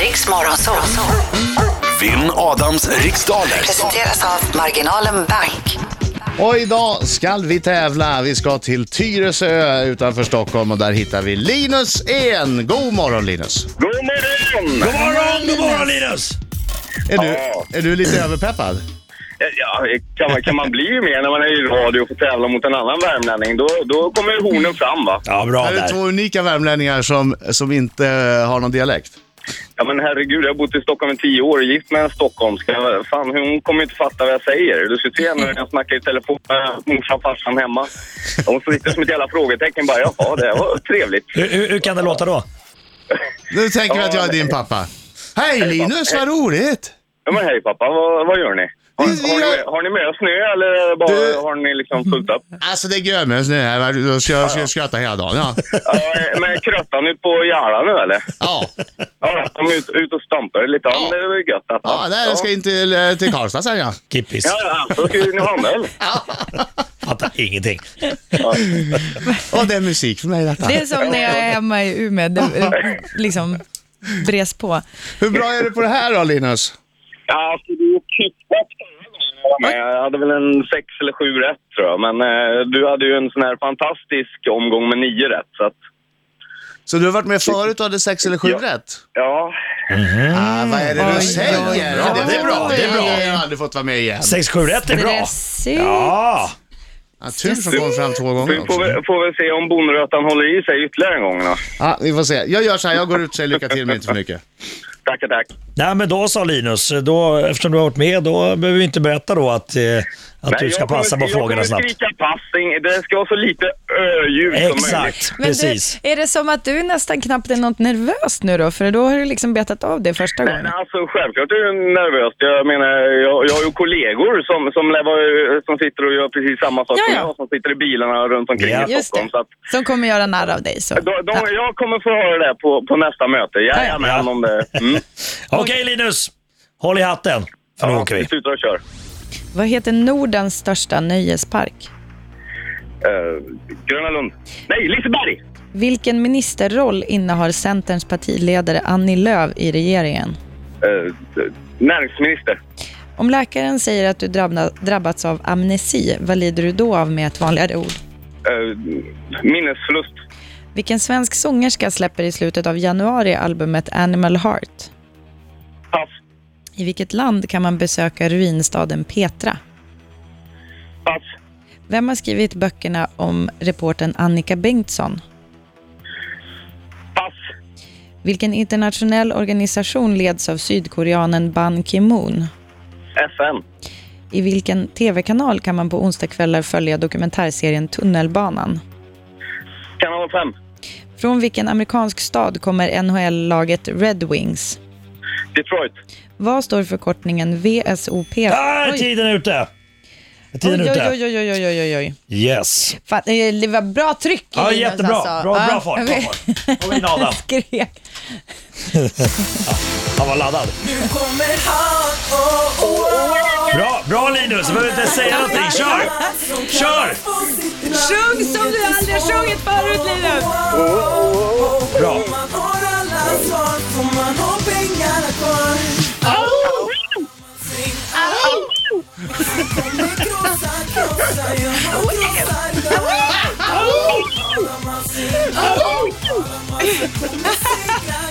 Riks Morgonzoo. Vinn Adams riksdaler. Presenteras av Marginalen Bank. Och idag ska vi tävla. Vi ska till Tyresö utanför Stockholm och där hittar vi Linus En. God morgon Linus! God morgon! God morgon, god morgon Linus! Är du, Ja. är du lite överpeppad? Ja, kan, man, kan man bli mer när man är i radio och får tävla mot en annan värmlänning? Då, då kommer ju hornen fram va? Ja, bra Här är där. två unika värmlänningar som, som inte har någon dialekt. Ja men herregud, jag har bott i Stockholm i tio år och gift med en stockholmska. Fan, hon kommer ju inte fatta vad jag säger. Du ser till henne när jag snackar i telefon med morsan och farsan hemma. Hon sitter som ett jävla frågetecken bara, jaha, det var trevligt. Hur, hur, hur kan det låta då? Nu tänker vi att jag är Ja, din pappa. Hej Linus, vad roligt! Ja men hej pappa, vad, vad gör ni? Har, har, ni, har ni med snö eller bara, Du- har ni liksom fullt upp? Alltså det är görmös nu här, jag ska, ska skratta hela dagen. Ja. Ja, eh, men kröttar ni på Järla nu eller? Ja. Ja, de är ute ut och stampar lite. Ja, men det är väl gött detta. ja, där ska in till, eh, till Karlstad sen ja. Kippis. Ja, ja, då ska ju ni ha med. Fattar ingenting. Och det är musik för mig detta. Det är som när jag är hemma i Umeå, det eh, liksom bres på. Hur bra är du på det här då Linus? Ja, alltså, det är ju kickback men jag hade väl en sex eller sju rätt tror jag, men eh, du hade ju en sån här fantastisk omgång med nio rätt. Så att, Så du har varit med förut och hade sex eller sju Ja. rätt? ja, Ah, vad är det du säger? Mm. oj, oj. Ja, Det är bra, det är bra. Jag har aldrig fått vara med igen. 6-7 rätt är bra. Stressigt. Ja, Ja, tur som kom fram två vi gånger får, också. väl- får väl se om bonrötan håller i sig ytterligare en gång då. Ja, vi får se. Jag gör så här, jag går ut och säger lycka till men inte för mycket. Tackar, tack. Nej, men då sa Linus, då, eftersom du har varit med, då behöver vi inte berätta då att, eh, att du jag ska passa kommer, på frågorna jag kommer snabbt. skrika passing. Det ska vara så lite ö-ljud som möjligt. Exakt, Men precis. Du, är det som att du nästan knappt är något nervös nu då? För då har du liksom betat av det första Nej, gången. nej, alltså självklart är jag nervös. Jag menar, jag, jag har ju kollegor som, som, lär vara- som sitter och gör precis samma sak Ja, som ja. jag, som sitter i bilarna runt omkring Ja. i Just Stockholm. det. Så att, Som kommer göra narr av dig. Så. de, de, jag kommer få höra det på, på nästa möte. Jajamän, Ja. om det... Mm. Okej Linus, håll i hatten. För nu Ja, åker vi. Sluta och kör. Vad heter Nordens största nöjespark? Eh, Gröna Lund. Nej, Liseberg! Vilken ministerroll innehar Centerns partiledare Annie Lööf i regeringen? Eh, näringsminister. Om läkaren säger att du drabbna- drabbats av amnesi, vad lider du då av med ett vanligare ord? Eh, minnesförlust. Vilken svensk sångerska släpper i slutet av januari albumet Animal Heart? Pass. I vilket land kan man besöka ruinstaden Petra? Pass. Vem har skrivit böckerna om reportern Annika Bengtsson? Pass. Vilken internationell organisation leds av sydkoreanen Ban Ki-Moon? FN. I vilken tv-kanal kan man på onsdagskvällar följa dokumentärserien Tunnelbanan? Kanal 5. Från vilken amerikansk stad kommer NHL-laget Red Wings? Detroit. Vad står förkortningen VSOP? Ah, Oj. tiden är ute! Tiden är oj, ute. oj, oj, oj, oj, oj, oj, oj. Yes. Fan, eh, det var bra tryck i Ja, Linus, jättebra. alltså. Bra, bra Ja, fart. jag Bra vet. fart. Kom in Adam. Skrek. Han var laddad. Bra, bra Linus, du behöver inte säga någonting. Kör! Kör! Sjung som du aldrig har sjungit förut Linus! Bra.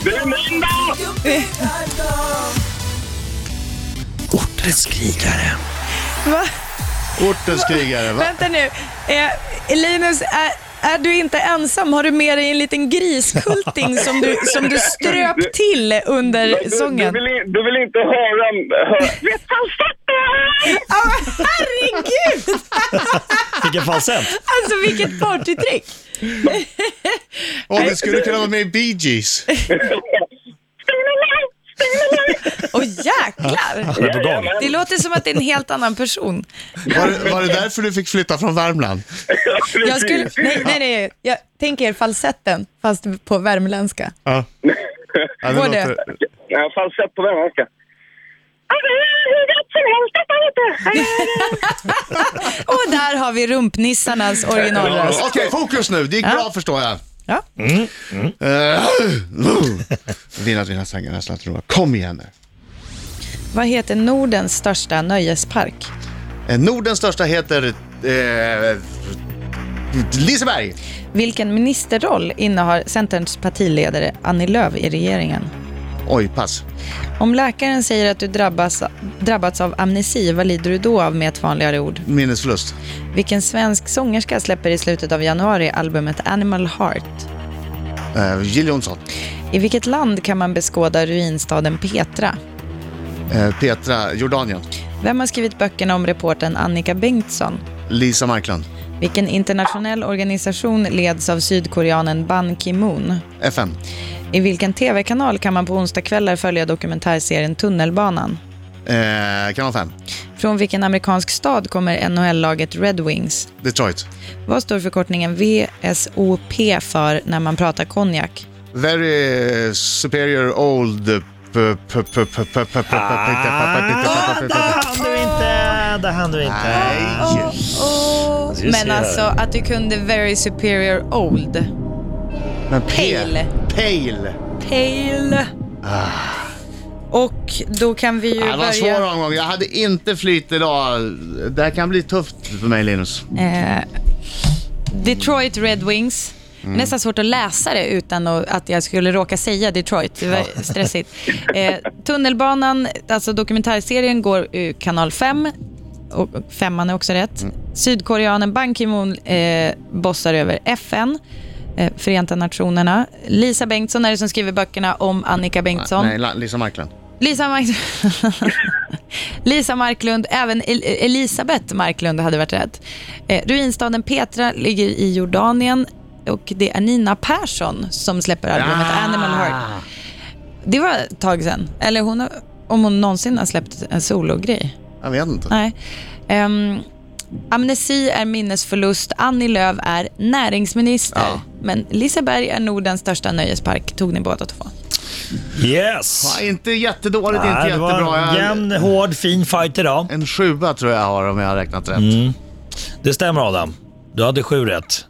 Det är måndag! Ortens krigare. Va? Ortens krigare, va? Vänta nu. Eh, Linus, är, är du inte ensam? Har du med dig en liten griskulting som du, som du ströp till under Du, du, sången? vill, in- du vill inte höra... Hör, vet han Stockholm! Ja, men Ah, herregud! Vilken falsett. Alltså vilket partytrick! Åh, du skulle kunna vara med i Bee Gees. Åh jäklar! Han är på gång. Det låter som att det är en helt annan person. Var, det- var det därför du fick flytta från Värmland? Jag skulle, nej, nej, nej. Jag tänker falsetten, fast på värmländska. Ja. Ja, Går det? Ja, falsett på värmländska. Och där har vi rumpnissarnas originalröst. Okej, fokus nu. Det gick bra förstår jag. Ja. Eh, Vill att mina sängar nästan tror jag. Kom igen nu. Vad heter Nordens största nöjespark? Eh, Nordens största heter eh, Liseberg. Vilken ministerroll innehar Centerns partiledare Annie Lööf i regeringen? Oj, pass. Om läkaren säger att du drabbas, drabbats av amnesi, vad lider du då av med ett vanligare ord? Minnesförlust. Vilken svensk sångerska släpper i slutet av januari albumet Animal Heart? Eh, Jill Johnson. I vilket land kan man beskåda ruinstaden Petra? Eh, Petra Jordanien. Vem har skrivit böckerna om reportern Annika Bengtsson? Lisa Marklund. Vilken internationell organisation leds av sydkoreanen Ban Ki-Moon? FN. I vilken tv-kanal kan man på onsdagskvällar följa dokumentärserien Tunnelbanan? Eh, kanal 5. Från vilken amerikansk stad kommer NHL-laget Red Wings? Detroit. Vad står förkortningen VSOP för när man pratar konjak? Very superior old... Det hann du inte. Det hann du inte. Nej. Du Men ser. alltså att du kunde Very Superior Old. Men P- Pale. Pale. Pale. Och då kan vi ju Ja, Ah, det var en svår börja... omgång. Jag hade inte flyt idag. Det här kan bli tufft för mig, Linus. Eh, Detroit Red Wings. Mm. Nästan svårt att läsa det utan att att jag skulle råka säga Detroit. Det var stressigt. Eh, tunnelbanan, alltså dokumentärserien går ur kanal 5. Och och femman är också rätt. Mm. Sydkoreanen Ban Ki-Moon eh, bossar över FN, eh, Förenta Nationerna. Lisa Bengtsson är det som skriver böckerna om Annika Bengtsson. Nej, La- Lisa Marklund. Lisa, Mark- Lisa Marklund, även El- Elisabeth Marklund hade varit rätt. Eh, ruinstaden Petra ligger i Jordanien och det är Nina Persson som släpper albumet Animal Heart. Det var ett tag sedan. Eller hon har, om hon någonsin har släppt en sologrej. Jag vet inte. Nej. Ehm, amnesi är minnesförlust. Annie Lööf är näringsminister. Ja. Men Liseberg är Nordens största nöjespark. Tog ni båda två? Yes. Ja, inte jättedåligt, inte Nej, det var jättebra. en Jag- jämn, hård, fin fight idag. En sjua tror jag har om jag har räknat rätt. Det stämmer Adam. Du hade sju rätt.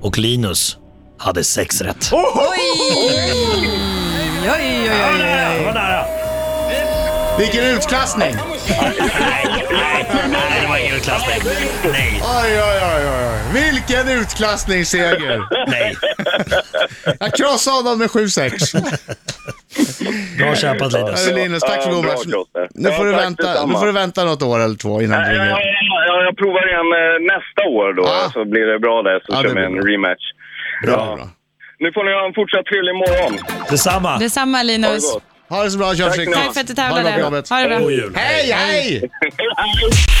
Och Linus hade sex rätt. Ja, det var nära. Vilken utklassning! Nej, nej, nej, det var ingen klassning. Nej, Oj, oj, oj, oj, oj. Vilken utklassningsseger! nej. Jag krossade honom med 7-6. Du har kämpat Linus. Alltså, Linus, tack för god Ja, bra, match. Kloster. Nu får, du Ja, tack vänta, detsamma. nu får du vänta något år eller två innan du Nej, ringer. jag, jag, jag provar igen eh, nästa år då, Ah. så blir det bra där. Så Ja, det kör vi blir en bra. rematch. Bra, bra. Nu får ni ha en fortsatt trevlig morgon. Detsamma. Detsamma Ha det Linus. gott. Ha det så bra, kör Tack försiktigt. ska ni Tack för att du Ha det bra på tävlade. jobbet. Ha det bra. God jul. Hej, hej!